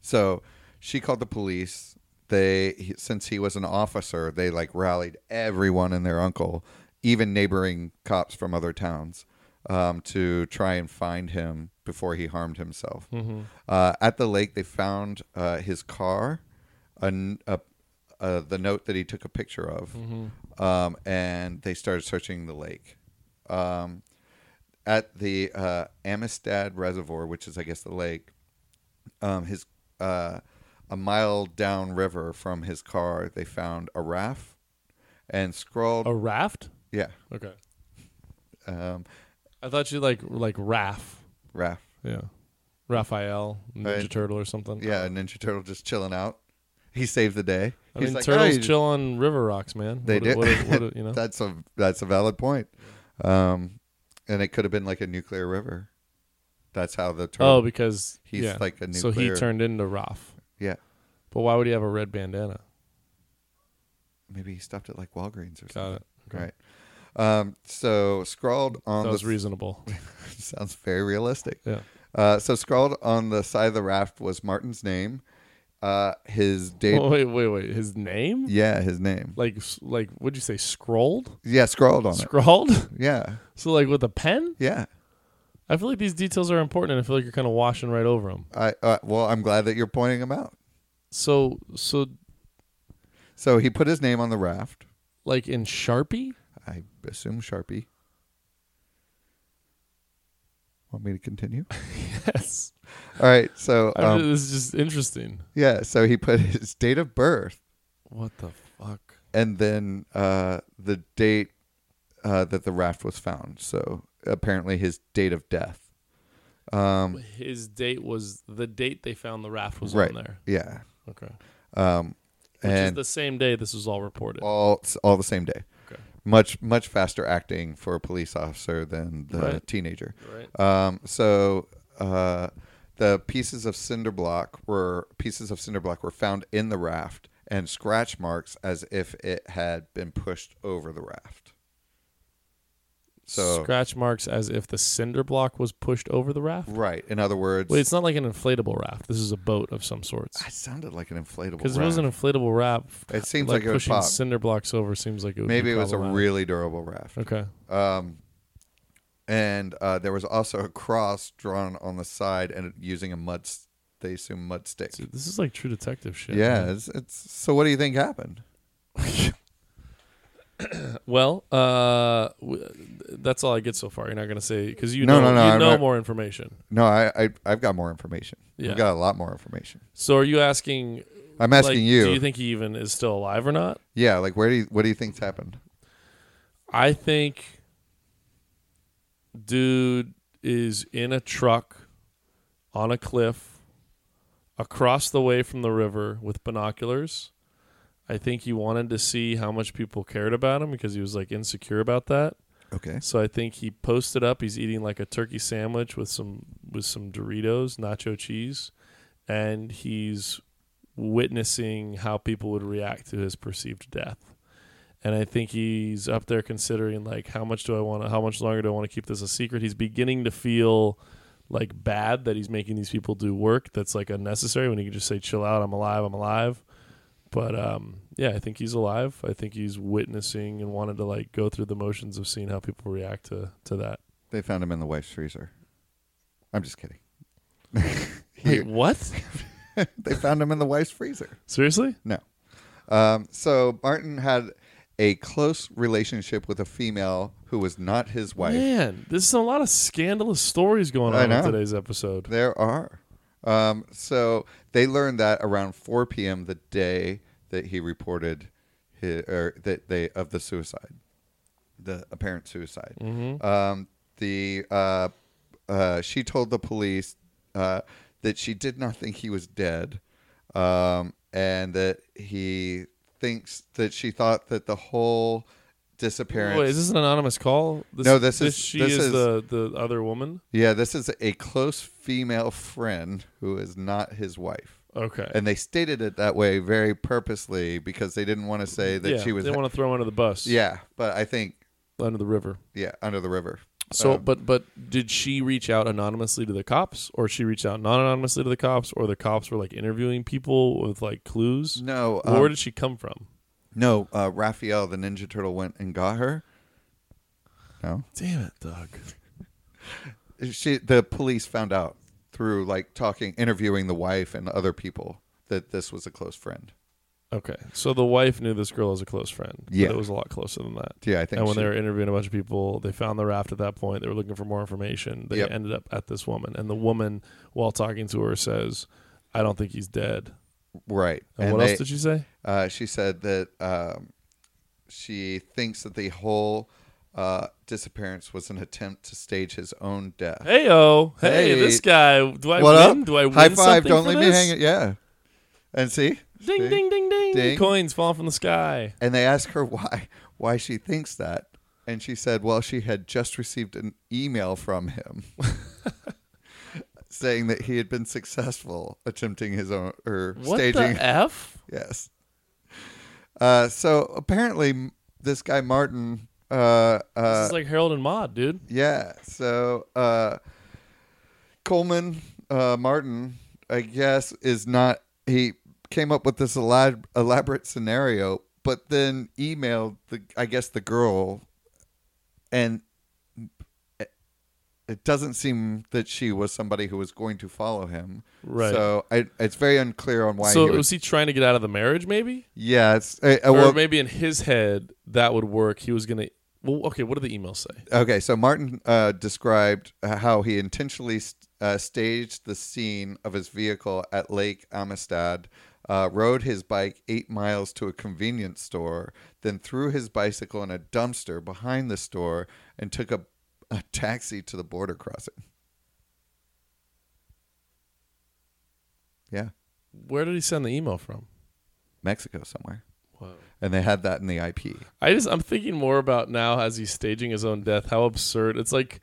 So she called the police. They he- since he was an officer, they like rallied everyone and their uncle, even neighboring cops from other towns, um, to try and find him before he harmed himself.
Mm-hmm.
Uh, at the lake, they found uh, his car, a, n- a- uh, the note that he took a picture of, um, and they started searching the lake. Um, at the uh, Amistad Reservoir, which is, I guess, the lake, um, his uh, a mile downriver from his car, they found a raft and scrawled.
A raft.
Yeah,
Okay,
um,
I thought you like like raft.
raft.
Yeah. Raphael, Ninja
Right.
Turtle or something.
Yeah, a Ninja Turtle just chilling out. He saved the day.
I
He's
mean,
like, "Oh,
turtles
you-
chill on river rocks, man.
They
What
do.
a- What a- what a- you know,
That's a that's a valid point. Um, and it could have been like a nuclear river. That's how the turtle.
oh, because
he's
yeah.
like a
so he
nuclear-
turned into Roth.
yeah.
But why would he have a red bandana?
Maybe he stopped at like Walgreens or
Got
something.
it. Okay.
Right. Um, so scrawled on
That
the
was reasonable.
sounds very realistic.
Yeah.
Uh, so scrawled on the side of the raft was Martin's name, uh, his date.
Oh, wait, wait, wait. His name?
Yeah, his name.
Like, s- like, what'd you say? Scrolled?
Yeah, scrawled on it.
Scrawled?
Yeah,
so, like, with a pen?
yeah.
I feel like these details are important, and I feel like you're kind of washing right over them.
I uh, well, I'm glad that you're pointing him out.
So, so,
So he put his name on the raft.
like, in Sharpie?
I assume Sharpie. Want me to continue?
Yes.
All right. So
I mean,
um,
this is just interesting.
yeah, so he put his date of birth
What the fuck?
and then uh, the date uh, that the raft was found. So apparently his date of death. Um,
His date was the date they found the raft was
Right.
on there.
yeah.
Okay.
Um,
Which is
and
the same day this was all reported.
all all the same day.
Okay.
Much much faster acting for a police officer than the
Right.
teenager.
Right.
Um, so uh, the pieces of cinder block were pieces of cinder block were found in the raft and scratch marks as if it had been pushed over the raft. So
Scratch marks as if the cinder block was pushed over the raft.
right, in other words,
Wait, it's not like an inflatable raft. This is a boat of some sorts.
I sounded like an inflatable.
Because if it was
raft.
an inflatable raft,
It seems like it would
pushing
pop.
cinder blocks over seems like it would be
Maybe it was a
problematic.
really durable raft.
okay.
Um, and uh, there was also a cross drawn on the side and using a mud. s- They assume mud stick.
So this is like True Detective shit.
yeah,
man.
it's, it's so. What do you think happened?
Well, uh, w- that's all I get so far. You're not gonna say because you
No,
know
no, no,
you
I'm
know
not-
more information.
No, I, I I've got more information.
Yeah.
I've got a lot more information.
So are you asking?
I'm asking
like,
you.
Do you think he even is still alive or not?
yeah, like where do you, what do you think's happened?
I think dude is in a truck on a cliff across the way from the river with binoculars. I think he wanted to see how much people cared about him because he was like insecure about that.
Okay.
So I think he posted up. He's eating like a turkey sandwich with some with some Doritos, nacho cheese, and he's witnessing how people would react to his perceived death. And I think he's up there considering like how much do I want to how much longer do I want to keep this a secret? He's beginning to feel like bad that he's making these people do work that's like unnecessary when he can just say chill out, I'm alive, I'm alive. But um, yeah, I think he's alive. I think he's witnessing and wanted to like go through the motions of seeing how people react to to that.
They found him in the wife's freezer. I'm just kidding.
Wait, what?
They found him in the wife's freezer.
Seriously?
No. Um, so Martin had a close relationship with a female who was not his wife.
Man, this is a lot of scandalous stories going
I
on in
know.
today's episode.
There are. Um, so they learned that around 4 p.m. the day that he reported his, or that they of the suicide, the apparent suicide. Um, the uh, uh, she told the police uh, that she did not think he was dead, um, and that he thinks that she thought that the whole disappearance.
Wait, is this an anonymous call? This,
No, this is-
she
this
is,
is-
the the other woman.
yeah, this is a close female friend who is not his wife.
Okay.
and they stated it that way very purposely because they didn't want to say that
yeah,
she was
They want to throw her under the bus.
yeah but i think
Under the river. Um,
yeah under the river
So,
Uh,
but but did she reach out anonymously to the cops, or she reached out non anonymously to the cops, or the cops were like interviewing people with like clues?
no
Where
um,
did she come from?
no uh, raphael the ninja turtle went and got her no
Damn it, Doug.
she the police found out through like talking interviewing the wife and other people that this was a close friend
Okay, so the wife knew this girl as a close friend. but
Yeah.
it was a lot closer than that.
yeah i think
And when
she-
they were interviewing a bunch of people, they found the raft at that point. They were looking for more information. They
Yep.
ended up at this woman, and the woman, while talking to her, says, "I don't think he's dead."
right
And, what else did she say?
uh, she said that um, she thinks that the whole uh, disappearance was an attempt to stage his own death
Hey oh, hey,
Hey.
this guy. Do I
what
win?
up?
Do I win
High five!
something
Don't
for
leave me
this?
hanging. Yeah, and see,
Ding, ding, ding, ding,
Ding.
Coins fall from the sky.
and they asked her why why she thinks that and she said well she had just received an email from him saying that he had been successful attempting his own or
What
staging
the e- f?
yes uh, so apparently m- this guy martin uh,
this
uh,
is like Harold and Maude, dude.
yeah so uh, coleman uh, martin i guess is not he came up with this elab- elaborate scenario but then emailed the i guess the girl and it- it doesn't seem that she was somebody who was going to follow him
Right.
so I, it's very unclear on why
so
he
was he trying to get out of the marriage, maybe?
yeah it's uh, uh,
or
well,
maybe in his head that would work. He was gonna. Well, okay. What did the email say?
Okay, so Martin uh, described how he intentionally st- uh, staged the scene of his vehicle at Lake Amistad, uh, rode his bike eight miles to a convenience store, then threw his bicycle in a dumpster behind the store and took a, a taxi to the border crossing. Yeah,
Where did he send the email from?
Mexico somewhere.
Whoa.
And they had that in the IP.
I just I'm thinking more about now as he's staging his own death. How absurd! It's like,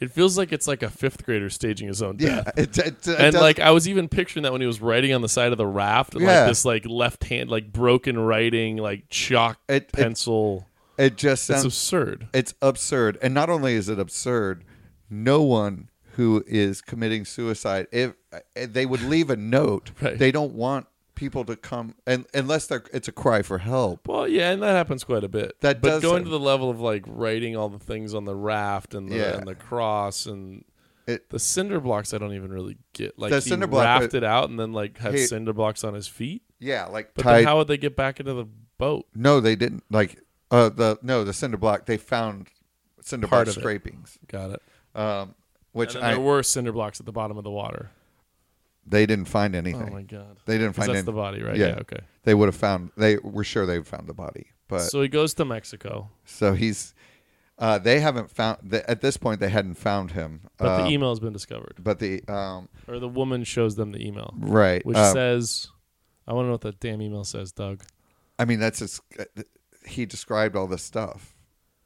it feels like it's like a fifth grader staging his own death.
Yeah, it, it, it
and
does-
like I was even picturing that when he was writing on the side of the raft, and
Yeah.
like this like left hand like broken writing like chalk
It- it
pencil.
it just
it's
sounds
absurd.
It's absurd. And not only is it absurd, no one who is committing suicide, if uh, they would leave a note,
Right.
they don't want people to come, and unless they're, it's a cry for help.
Well, yeah, and that happens quite a bit.
That
but
does
going
happen.
to the level of like writing all the things on the raft and the,
Yeah.
and the cross and
It-
the cinder blocks, I don't even really get. Like
The
he
cinder block, uh,
rafted out and then like had
he-
cinder blocks on his feet.
Yeah, like
But
tied.
then how would they get back into the boat?
no, they didn't. Like uh, the no, the cinder block. They found cinder
Part
block
of it.
scrapings,
Got it.
um, which
and then
I,
there were cinder blocks at the bottom of the water.
they didn't find
Oh
anything.
my god.
they didn't
'Cause
find
that's
anything.
the body, right?
Yeah.
Yeah. okay.
they would have found. They were sure they found the body, but
so he goes to Mexico,
so he's. Uh, they haven't found th- at this point. They hadn't found him.
but
Um,
the email has been discovered,
but the um
or the woman shows them the email,
right
which
um,
says, "I want to know what that damn email says, Doug."
i mean that's just uh, he described all this stuff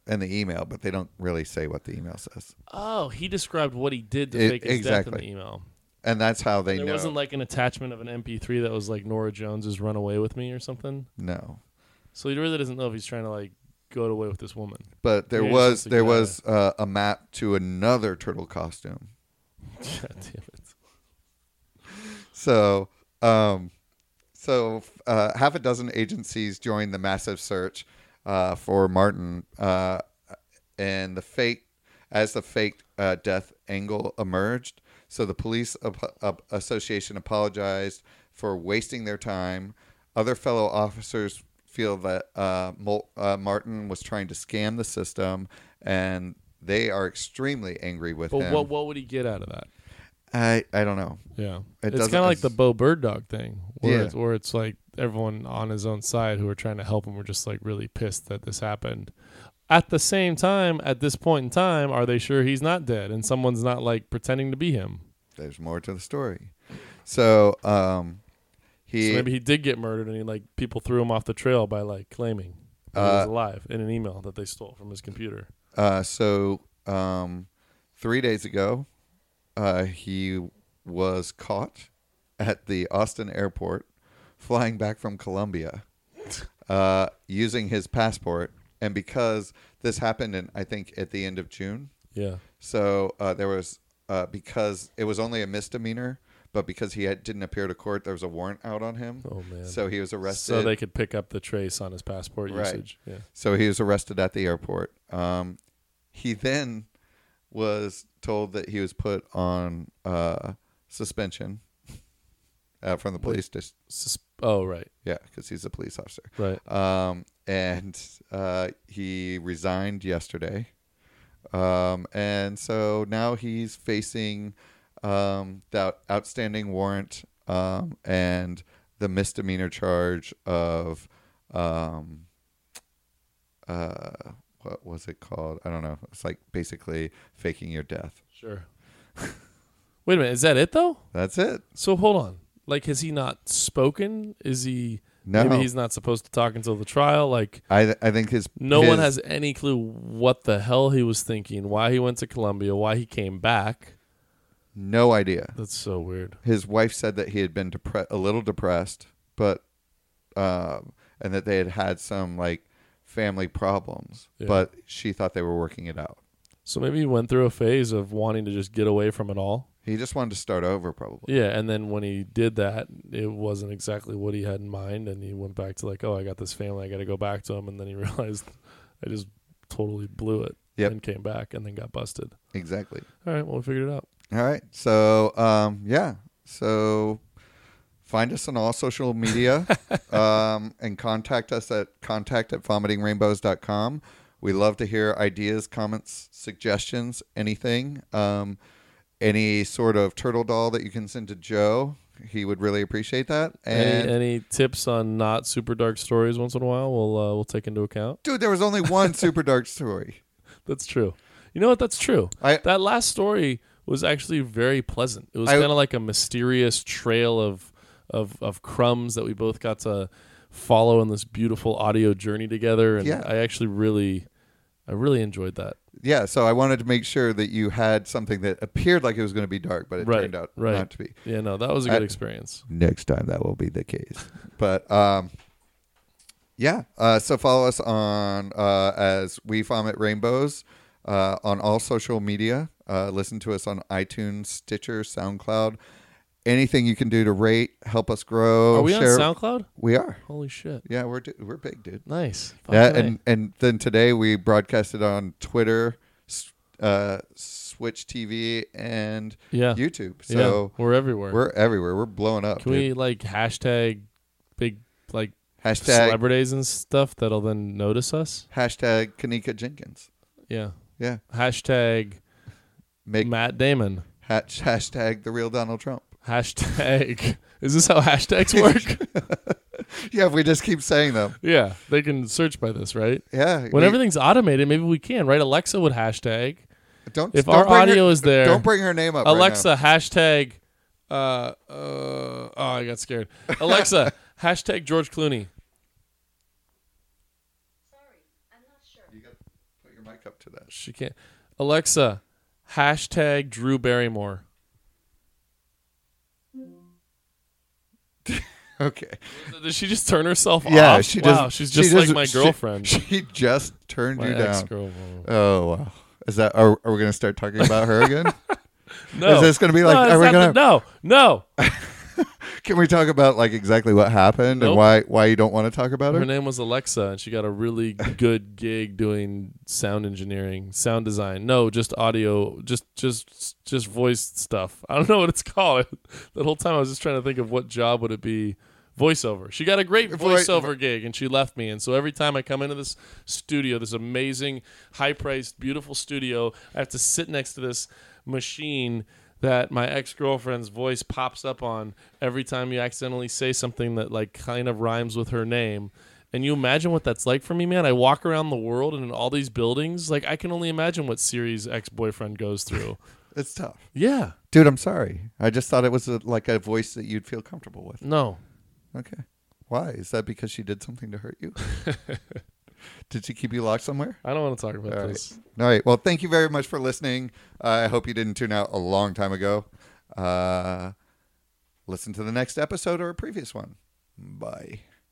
in the email but they don't really say what the email says
Oh, he described what he did to
It-
fake his death in
E- exactly.
the email.
and that's how they
There
know
wasn't like an attachment of an MP3 that was like Nora Jones's "Run Away with Me" or something.
no
So he really doesn't know if he's trying to like go away with this woman.
but there
Here's
was
just a
there
guy.
was uh, a map to another turtle costume
God damn it!
so um so uh, half a dozen agencies joined the massive search uh, for martin uh, and the fake as the fake uh, death angle emerged so the police ap- ap- association apologized for wasting their time other fellow officers feel that uh, Mol- uh, martin was trying to scam the system and they are extremely angry with
But
him
what what would he get out of that?
I, I don't know
Yeah,
It
it's
doesn't-
kind of like
it's-
the Bo Bird Dog thing, where
Yeah.
it's, where it's like everyone on his own side who are trying to help him were just like really pissed that this happened. At the same time, at this point in time, are they sure he's not dead and someone's not like pretending to be him?
there's more to the story. So um, he
so maybe he did get murdered, and he like people threw him off the trail by like claiming that he was
Uh,
alive in an email that they stole from his computer.
uh, so um, three days ago, uh, he was caught at the Austin airport flying back from Colombia uh, using his passport, and because this happened, in I think at the end of June,
Yeah,
So uh, there was uh, because it was only a misdemeanor, but because he had, didn't appear to court, there was a warrant out on him.
Oh, man.
So he was arrested.
so they could pick up the trace on his passport
Right.
usage. Yeah,
So he was arrested at the airport. Um, he then was told that he was put on uh, suspension uh, from the police. Dis-
Sus- oh right,
yeah, because he's a police officer.
right.
Um, and uh, he resigned yesterday. Um, and so now he's facing um, that outstanding warrant um, and the misdemeanor charge of um, uh, what was it called? I don't know. It's like basically faking your death.
Sure. Wait a minute, is that it though?
That's it.
So hold on. Like, has he not spoken? Is he?
No.
Maybe he's not supposed to talk until the trial. Like,
I I think his
no one
his-
has any clue what the hell he was thinking, why he went to Colombia, why he came back.
no idea.
That's so weird.
His wife said that he had been depre- a little depressed, but um, and that they had had some like family problems,
Yeah.
but she thought they were working it out.
So maybe he went through a phase of wanting to just get away from it all.
He just wanted to start over, probably.
Yeah, and then when he did that, it wasn't exactly what he had in mind, and he went back to like, oh, I got this family, I got to go back to him, and then he realized I just totally blew it,
Yep.
and came back, and then got busted.
Exactly.
All right, well, we figured it out.
All right. So, um, yeah. So find us on all social media um, and contact us at contact at vomitingrainbows.com. We love to hear ideas, comments, suggestions, anything. Um, any sort of turtle doll that you can send to Joe, he would really appreciate that. And
any, any tips on not super dark stories once in a while? We'll uh, we'll take into account.
dude, there was only one super dark story.
That's true. You know what? That's true.
I-
that last story was actually very pleasant. It was
I-
kind of like a mysterious trail of of of crumbs that we both got to follow in this beautiful audio journey together. And
Yeah.
I actually really, I really enjoyed that.
Yeah, so I wanted to make sure that you had something that appeared like it was going to be dark, but it
Right,
turned out
right.
not to be.
Yeah, no, that was a good
I-
experience.
next time that will be the case. but um, yeah, uh, so follow us on uh, as we vomit rainbows uh, on all social media. Uh, listen to us on iTunes, Stitcher, SoundCloud. Anything you can do to rate, help us grow.
Are we
share-
on SoundCloud?
We are.
Holy shit!
Yeah, we're du- we're big, dude.
Nice.
Yeah,
Fucking A.
and and then today we broadcasted on Twitter, s- uh, Switch TV, and
yeah,
YouTube.
yeah,
So
we're everywhere.
we're everywhere. We're blowing up.
Can
dude.
we like hashtag big like
Hashtag
celebrities and stuff that'll then notice us?
Hashtag Kanika Jenkins.
Yeah.
Yeah.
Hashtag
Make
Matt Damon.
hatch, hashtag the real Donald Trump.
Hashtag. Is this how hashtags work?
Yeah, if we just keep saying them.
yeah, they can search by this, right?
Yeah.
When
we-
everything's automated, maybe we can, right? Alexa would hashtag.
don't
If
don't
our
bring her-
audio is there,
Don't bring her name up. right now.
Alexa hashtag. Uh, uh, oh, I got scared. Alexa hashtag George Clooney.
Sorry, I'm not sure.
You got put your mic up to that.
She can't. Alexa hashtag Drew Barrymore.
Okay.
Did she just turn herself
Yeah,
off?
she
wow,
just-
she's
she
just
just-
like my
she-
girlfriend.
She just turned
my
you down.
ex-girlfriend.
Oh wow. Is that are, are we gonna start talking about her again?
No.
Is this gonna be like-
No,
are
it's
we
not
gonna-
the- No, no.
Can we talk about like exactly what happened
Nope.
and why why you don't want to talk about
Her
her?
name was Alexa, and she got a really good gig doing sound engineering, sound design. No, just audio, just just just voice stuff. I don't know what it's called. That whole time I was just trying to think of what job would it be. Voiceover. She got a great
Voi-
voiceover gig, and she left me. And so every time I come into this studio, this amazing, high-priced, beautiful studio, I have to sit next to this machine that my ex-girlfriend's voice pops up on every time you accidentally say something that like kind of rhymes with her name. And you imagine what that's like for me, man. I walk around the world and in all these buildings, like I can only imagine what Siri's ex-boyfriend goes through.
It's tough,
yeah.
dude. I'm sorry. I just thought it was a, like a voice that you'd feel comfortable with.
No.
Okay. Why? Is that because she did something to hurt you? did she keep you locked somewhere?
I don't want to talk about
All right.
this.
All right. Well, thank you very much for listening. Uh, I hope you didn't tune out a long time ago. Uh, listen to the next episode or a previous one. Bye.